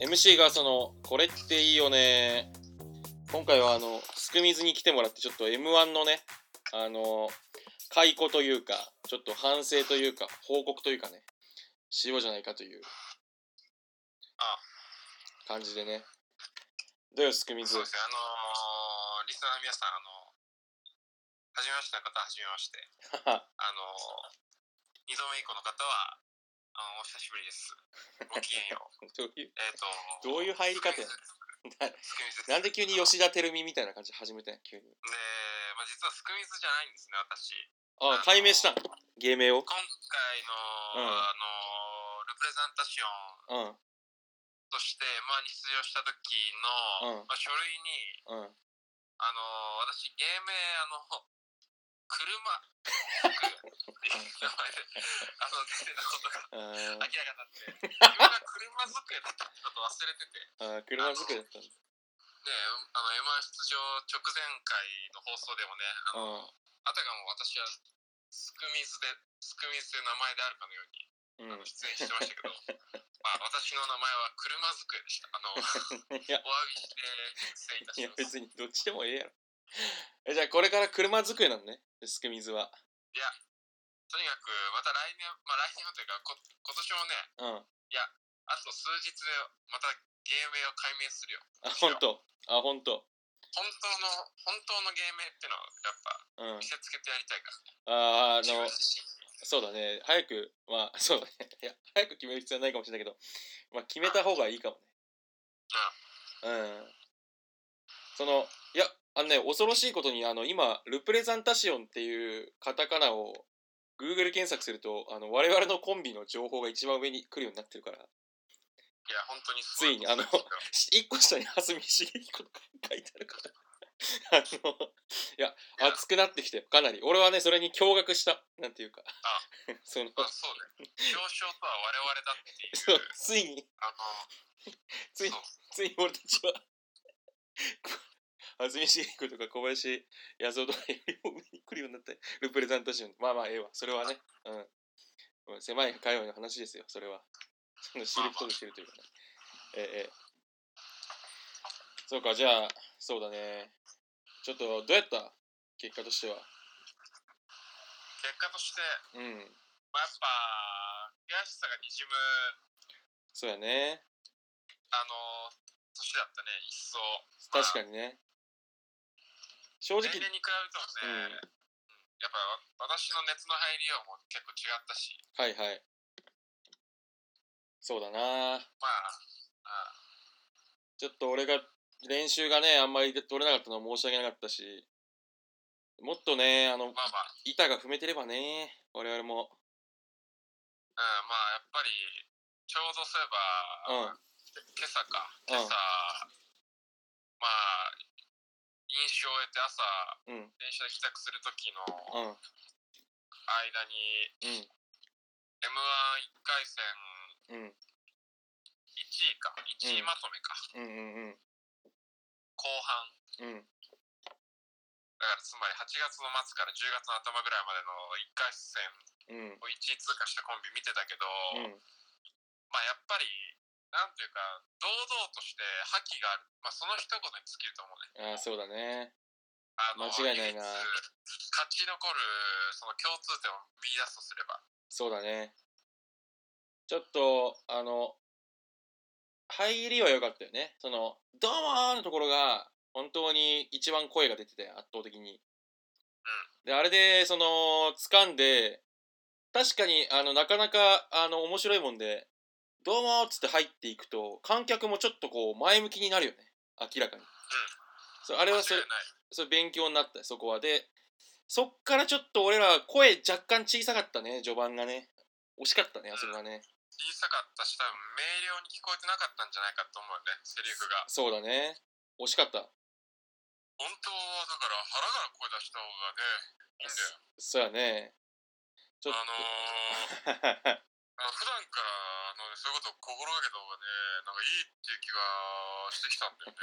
MC がその「これっていいよね」今回はあのスクミズに来てもらってちょっと m 1のねあの解雇というかちょっと反省というか報告というかねしようじゃないかという感じでねどうよスクミズそうですね、あのーリスナーの皆さん、あのはじめましての方はじめ まして、あのー、2度目以降の方は、あのお久しぶりです。ごきげん よう。どういうえっと、どういう入り方やスクミズなスクミズで すなんで急に で、吉田照美みたいな感じで始めたんや急にまあ、実はスクミズじゃないんですね、私。ああ解明したん芸名を今回うの、んあのー、ルプレゼンタションうんうんとして、まあ、出場した時うの、んまあ、書類に、ああのー、私、芸名、あの、車っていう名前で、あの、出てたことがー明らかになって、自分が車机だったってことを忘れてて、あー車作りだったんだで、あの、M1 出場直前回の放送でもね、あのあたかも私はスクミズで、スクミズという名前であるかのようにうんうん出演してました けど、まあ、私の名前は車机でした。あの、お詫いやびして失礼いたいしやます。別にどっちでもええやろ えじゃあこれから車作りなのねスクミズはとにかく、また来年、まあ来年はというか、こ今年もね、うんああと数日でまた芸名を解明するよ。本当あ本当本当の、本当の芸名ってのをやっぱうん見せつけてやりたいから。あーあ自分の自身に。そうだね早くまあそうだねいや早く決める必要はないかもしれないけどまあ決めた方がいいかもねうんそのいやあのね恐ろしいことにあの今ルプレザンタシオンっていうカタカナを Google 検索するとあの我々のコンビの情報が一番上に来るようになってるからいや、本当にすつごいにあのことですよし一個下に蓮見茂彦とか書いてあるからあ のいや熱くなってきてかなり俺はねそれに驚愕したなんていうか そのまあそうだよ。表彰とは我々だっていう。そうついにあの、つい そうついに俺たちは 安住茂彦とか小林康夫とかよりも上に来るようになってルプレザンタションまあまあええわそれはねうんうん狭い界隈の話ですよそれはその知る人ぞ知るというかねええええそうかじゃあそうだねちょっとどうやった結果としては結果として、うんまあ、やっぱ、悔しさがにじむ、そうやねあの、年だったね、一層。確かにね正直年齢に比べてもね、うんやっぱ私の熱の入りようも結構違ったし、はいはいそうだなまあ、あちょっと俺が練習がねあんまり取れなかったのは申し訳なかったしもっとねあのまあまあ、板が踏めてればね我々もうん、まあやっぱり、ちょうどそういえうんば、今朝かうん今朝、まあ飲酒を終えて朝うん電車で帰宅する時うんの間に m 1 1回戦うんうん1位か1位まとめか、うんうんうん後う半んだからつまり8月の末から10月の頭ぐらいまでの1回戦うんを1位通過したコンビ見てたけうど、んまあやっぱりなんていうか堂々として覇気がある、まあ、その一言に尽きると思うあねあそうだねあの間違いないな唯一勝ち残るその共通点を見出すとすればそうだねちょっとあの入りは良かったよねその「どうも!」のところが本当に一番声が出てて圧倒的に、であれでその掴んで確かにあのなかなかあの面白いもんで「どうも!」っつって入っていくと観客もちょっとこう前向きになるよね明らかに、そうあれはそ間れ違いないそれ勉強になったそこはでそっからちょっと俺ら声若干小さかったね序盤がね惜しかったねあそこがね小さかったし多分明瞭に聞こえてなかったんじゃないかと思うよねセリフがそうだね惜しかった本当はだから腹から声出した方がねいいんだよそうやねちょっあのー、と、 あの普段からあの、そういうことを心がけた方がねなんかいいっていう気がしてきたんだよね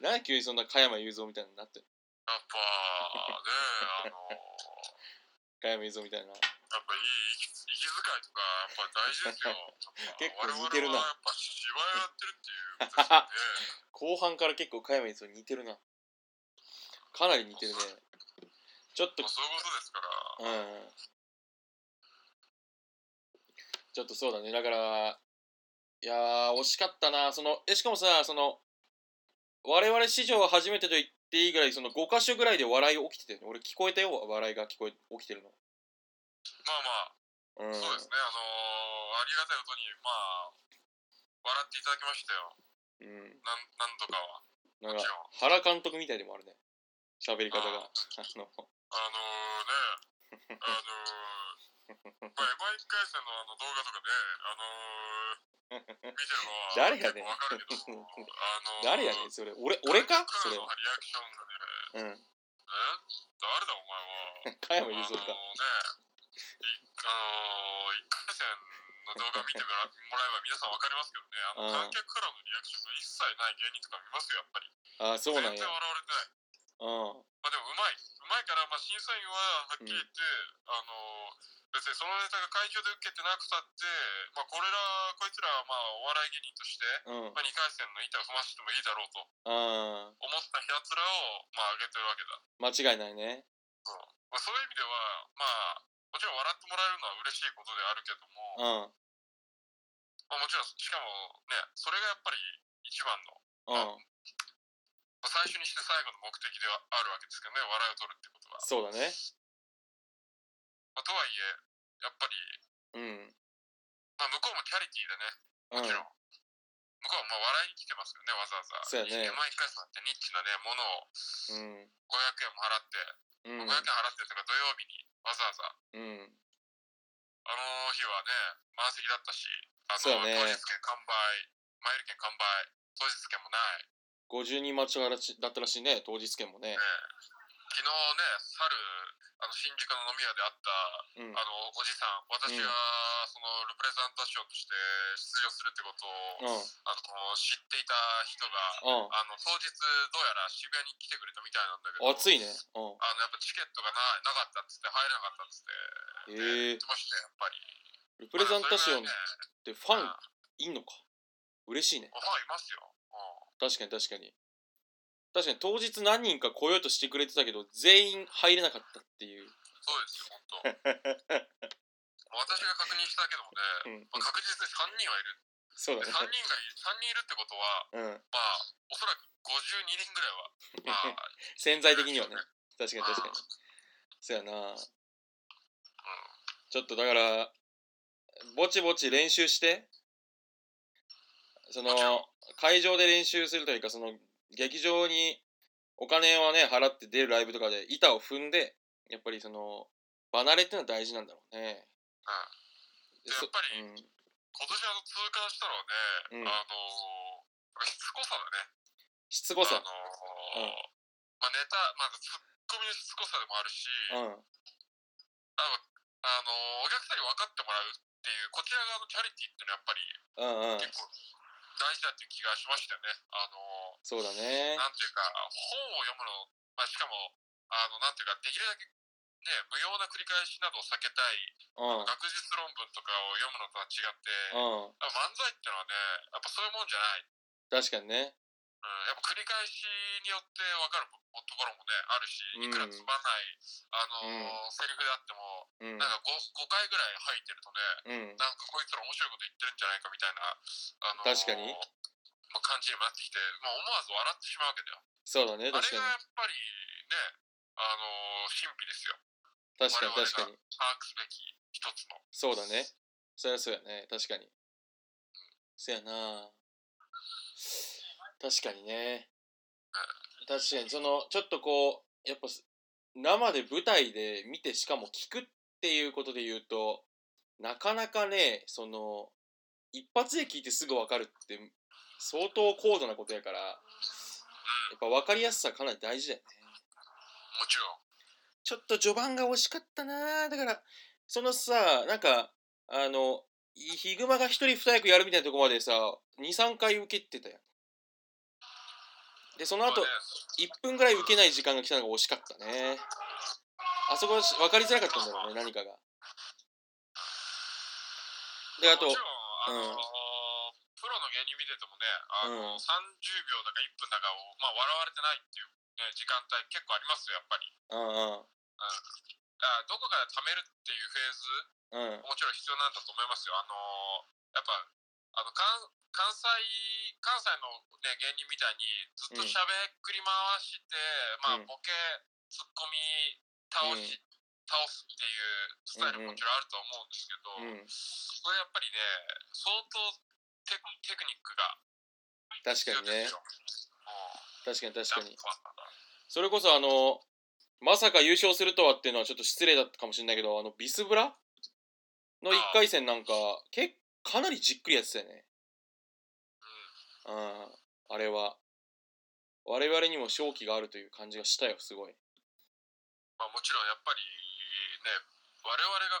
なんで急にそんな加山雄三みたいになってるやっぱね、あの、や加山雄三みたいな。っぱいい息息遣いとか、やっぱ大 事ですよ。結構似てるな我々はやっぱ芝居をやってるっていうことですよね。 後半から結構加山雄三似てるな。かなり似てるね。ちょっと まあ、そういうことですから。うん。ちょっとそうだね。だから、いやー、惜しかったな。その、え、しかもさ、その、我々史上初めてと言っていいぐらい、その5箇所ぐらいで笑い起きてたよね。俺聞こえたよ、笑いが聞こえ、起きてるの。まあまあ、うん。そうですね。あのありがたいことに、まあ、笑っていただきましたよ。なうん。なん何度かは。んもかち、ろん。原監督みたいでもあるね。喋り方が。あの、あの ね、あのー、まあ、M1 回戦のあの動画とかで、あのー、見てるのは、誰やねん結構わかる けど、あのー、誰やねん、それ。俺、俺かそ彼れのは。リアクションがね、うん。え誰だお加前は。あの山ね、雄三いか。あのー、一回戦の動画見てもらもらえば皆さんわかりますけどね、あのうん観客からのリアクションが一切ない芸人とか見ますよ、やっぱり。あー、そうなんや。全然笑われてない。うん。まあでもうまい。うまいから、まあ審査員ははっきり言って、あのー、別にそのネタが会場で受けてなくたって、まあこれら、こいつらはまあお笑い芸人として、うん。まあ2回戦の板を踏ましてもいいだろうとあ思った奴らを、まあ上げてるわけだ。ー、間違いないね。まあ、そういう意味では、まあ、もちろん笑ってもらえるのは嬉しいことであるけどうも、ん。まあ、もちろん、しかもね、それがやっぱり一番の、うん、まあ、最初にして最後の目的ではあるわけですけどね、笑いそうを取るってことは。だね。まあ、とはいえ、やっぱり、うん。まあ、向こうもチャリティうんーでね、もちろん。向こうはまあ笑いに来てますよね、わざわざ。そうやね毎回そうやってニッチなね、ものを500円も払って、うん。うん500円払ってとか土曜日にわざわざ、。うん。あの日はね、満席だったし、あそうの、だね当日券完売、前売り券完売、当日券もない。 52待ちだらしだったらしいね、当日券もね。ね昨日ね、猿、あの新宿の飲み屋で会っうん。た、あの、おじさん、私うんが、その、レプレゼンタションとして出場するってことうん。を、あの、知っていた人が、うん。あの、当日、どうやら渋谷に来てくれたみたいなんだけど、暑いね。うあの、やっぱチケットがななかったっつって、入れん。ええーなかったっつって、言ってましたよやっぱり。ルプレゼンタションっまあてファンそれいんぐらいねのか。嬉しいねうん。ファンいますよ。うん確かに確かに。確かに当日何人か来ようとしてくれてたけど、全員入れなかったっていう。そうですよ、 本当。もう私が確認したけどもうね、ん。まあ、確実に3人はいる。そうだ 3ね人。がい三人いるってことは、うん。まあ、おそらく52人ぐらいは、ま あ、潜在的にはね。確かに確かに。そうやな。ちょっとだから、ぼちぼち練習して、そのもちろん、会場で練習するというか、その、劇場にお金をね、払って出るライブとかで、板を踏んで、やっぱりその、離れってのは大事なんだろうね。うんやっぱりうん、今年あの痛感したのはうんね、あのー、しつこさだね。しつこあさの。ーまあ、ネタ、まあ、ツッコミのしつこさでもあうん。るし、あのあのー、お客さんに分かってもらうっていう、こちら側のチャリティーっていうのはやうんうん。っぱり結構大事だっていう気がしましたよね。あのそー、うだね。なんていうか、本を読むの、まあ、しかも、あの、なんていうか、できるだけ、ね、無用な繰り返しなどを避けたうん。うい、ん。学術論文とかを読むのとは違って、あ漫才っていうのはね、やっぱそういうもんじゃない。確かにね。うん、やっぱ繰り返しによって分かるところもね、あるし、いくらつまんない、あのセリフであっても、うん。なんか 5, 5回ぐらい吐いてるとね、うん。なんかこいつら面白いこと言ってるんじゃないかみたいな、あの確かにまあ、感じにもなってきて、まあ、思わず笑ってしまうわけだそうだね。よ。あれ確かがやっぱりね、あのー、神秘ですよ。に。確かに確かに。把握すべき一つの。そうだね。そりゃそうやね。確かに。そやな確かにね。確かに、その、ちょっとこう、やっぱす、生で舞台で見て、しかも聞くっていうことで言うと、なかなかね、その、一発で聞いてすぐ分かるって、相当高度なことやから、やっぱ分かりやすさかなり大事だよね。もちろん。ちょっと序盤が惜しかったなだから、そのさ、なんか、あの、いヒグマが一人二役やるみたいなとこまでさ、二、三回受けてたやん。で、その後そうね、 1分ぐらい受けない時間が来たのが惜しかったね。あそこはし分かりづらかったんだろうね、何かが。で、あともち、ろん、うあのんプロの芸人見ててもね、うんあの30秒だか1分だかを、まあ、笑われてないっていう、ね、時間帯結構ありますよ、やっぱり。うあどこかで貯めるっていうフェーズんうん、うん、もちろん必要なんだと思いますよ。あのーやっぱあの関関西関西の、ね、芸人みたいにうずっとんしゃべくり回して、うんまあボケツッコミ倒うし、ん倒すっていうスタイルももちろんあると思うんですけうど、んそれやっぱりね相当テクテクニックが確か必要にねです確かよ。に確かにうんあそれこそあのまさか優勝するとはっていうのはちょっと失礼だったかもしれないけどあのビスブラの1回戦なんかけかなりじっくりやってたよねうんあれは我々にも勝機があるという感じがしたよすごいまあ、もちろんやっぱりね我々が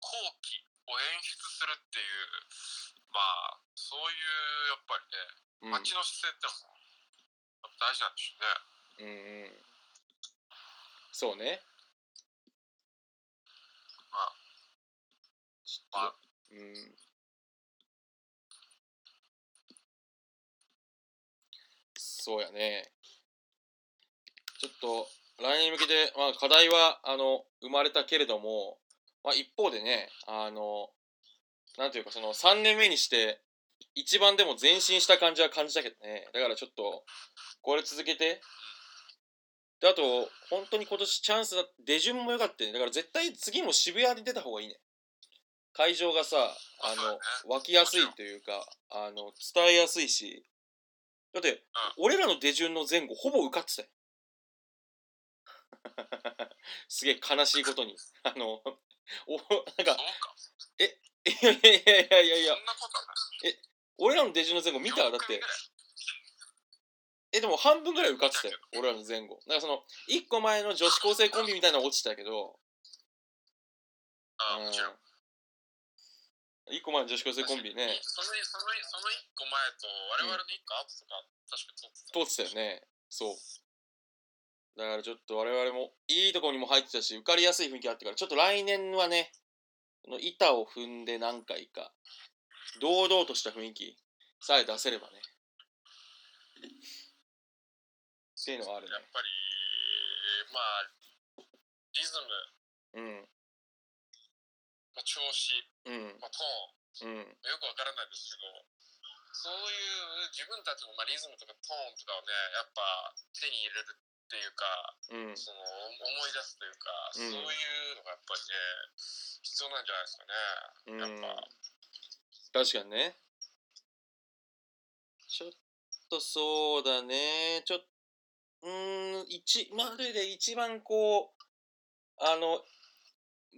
後期を演出するっていうまあそううん、いうやっぱりねうん街の姿勢ってのもやっぱ大事なんうでしょうね、ん、そうねあちょっまあとうんそうやねちょっと来年に向けて、まあ、課題はあの生まれたけれども、まあ、一方でねあのなんていうかその3年目にして一番でも前進した感じは感じたけどねだからちょっとこれ続けてであと本当に今年チャンスだ出順も良かったよねだから絶対次も渋谷で出た方がいいね会場がさあそうだねの湧きやすいというかあの伝えやすいしだって俺らの出順の前後ほぼ受かってたよすげえ悲しいことにあのおなんかそうかいやいやいやいやいやそんなことはない俺らの出順の前後見ただっ四て組ぐらいえでも半分ぐらい受かってたよ俺らの前後だからその1個前の女子高生コンビみたいなの落ちたけどあもちろん1個前の女子高生コンビねそのそのその1個前と我々の1個後とか、確か通って通ってたよねそうだからちょっと我々もいいとこにも入ってたし受かりやすい雰囲気あってからちょっと来年はねこの板を踏んで何回か堂々とした雰囲気さえ出せればねっていうのはあるやっぱりまあリズム、ねまあ、調子、うんうんまあ、トうーンんよくわからないですけどそういう自分たちのまあリズムとかトーンとかをねやっぱ手に入れるっていううんかその思い出すというか、うんそういうのがやっぱりね必要なんじゃないですかうんねやっぱ、確かにねちょっとそうだねちょっうーん一までで一番こうあの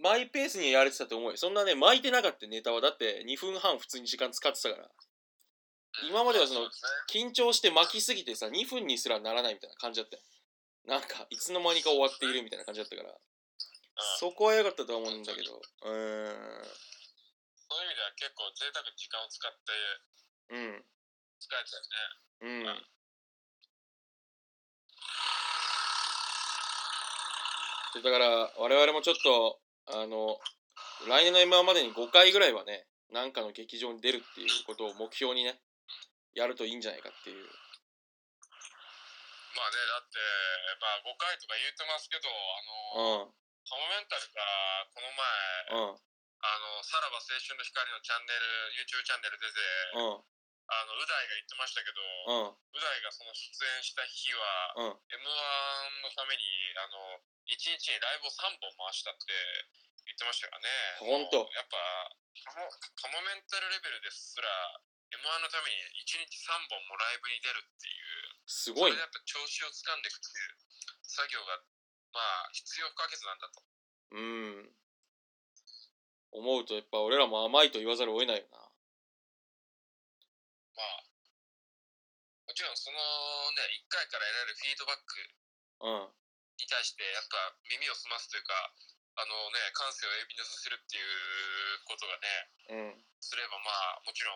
マイペースにやれてたと思うよそんなね巻いてなかったネタはだって2分半普通に時間使ってたからうん今まではそのうですね緊張して巻きすぎてさ2分にすらならないみたいな感じだったよなんかいつの間にか終わっているみたいな感じだったからうんそこは良かったとは思うんだけどうーんそういう意味では結構贅沢に時間を使ってうん使えちゃうねうんそうだから我々もちょっとあの来年の m 1までに5回ぐらいはねなんかの劇場に出るっていうことを目標にねやるといいんじゃないかっていうまあねだってまあ5回とか言ってますけどうあの、カモメンタルがこの前、んうんあのさらば青春の光のチャンネル YouTube チャンネル出て、うんあのう大が言ってましたけど、ううん大がその出演した日は、うん m 1のためにあの1日にライブを3本回したって言ってましたからほんねともうやっぱカモカモメンタルレベルですら m 1のために1日3本もライブに出るすごいっていうそれねでやっぱ調子をつかんでいくっていう作業がまあ必要不可欠なんだうんと思うとやっぱ俺らも甘いと言わざるを得ないよまあもちろんそのね1回から得られるフィードバックなうんに対してやっぱ耳を澄ますというかあのね感性を鋭敏にさせるっていうことがねうんすればまあもちろん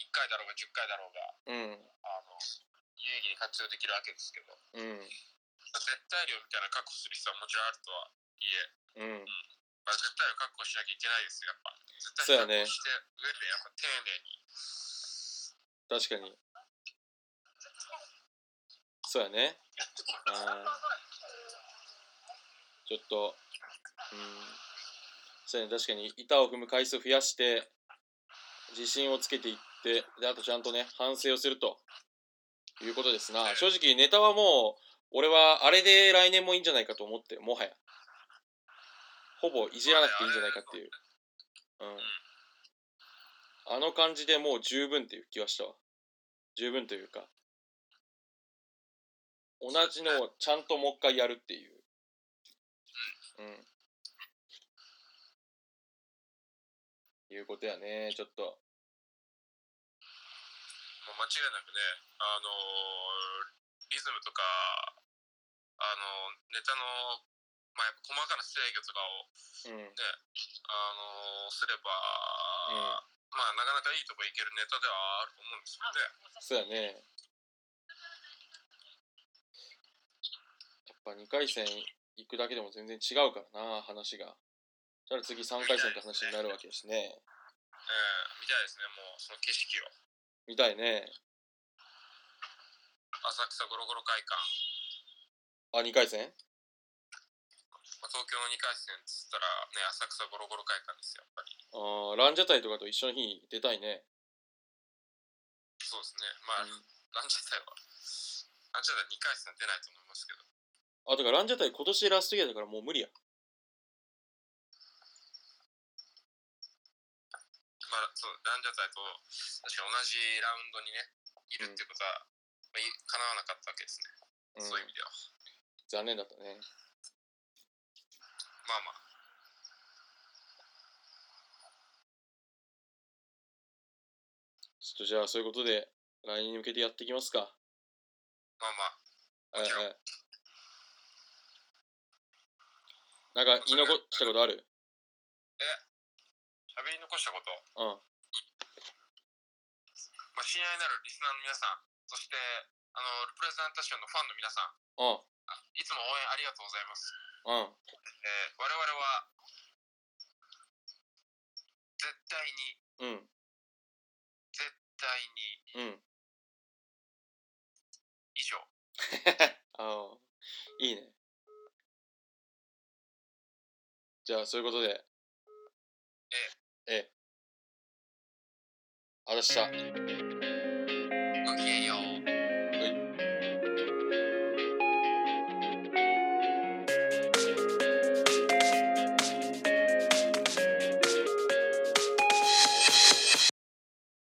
1回だろうが10回だろうんうが、あの、有意義に活用できるわけですけど、うん絶対量みたいなの確保する必要はもちろんあるとはいえ、うんまあ、絶対量確保しなきゃいけないですよ、やっぱ。絶そうやね対量確保して上で、やっぱ丁寧確かにに。そうやねあ ーちょっとうんそうやね確かに板を踏む回数増やして自信をつけていってであとちゃんとね反省をするということですな正直ネタはもう俺はあれで来年もいいんじゃないかと思ってるもはやほぼいじらなくていいんじゃないかっていううんあの感じでもう十分っていう気はしたわ十分というか同じのをちゃんともう一回やるっていううんいうことやねちょっともう間違いなくね、あのーリズムとか、あのーネタの、まあ、やっぱ細かな制御とかを、うんあのーすれば、うんまあ、なかなかいいとこいけるネタではあると思うんですよね。そうやねやっぱ2回戦行くだけでも全然違うからな話がじゃあ次3回戦って話になるわけですねええ見たいですね、もう、その景色を。見たいね浅草ゴロゴロ会館、あ2回戦まあ、東京の2回戦っつったら、ね、浅草ゴロゴロ会館ですよ、やっぱり。あーランジャタイとかと一緒の日に出たいね、そうですね、まあ、ランジャタイは、ランジャタイ2回戦出ないと思いますけど、あとかランジャタイ今年ラストイヤーだからもう無理やまあ、そう、ランジャタイと、確か同じラウンドにね、いるってことは、まあ、い叶わなかったわけですね、うんそういう意味では。残念だったねまあまあ、ちょっとじゃあそういうことで来年に向けてやっていきますかまあまあ、はいもちろんはいなんか言い残したことある喋り残したこと、うんまあ、親愛なるリスナーの皆さん、そして、あの、ルプレゼンタションのファンの皆さん、うあいつも応援ありがとうございます。んうんえー我々うは絶対にん絶対うにん以上ああ、いいね。じゃあ、そういうことで。ええ。あたした。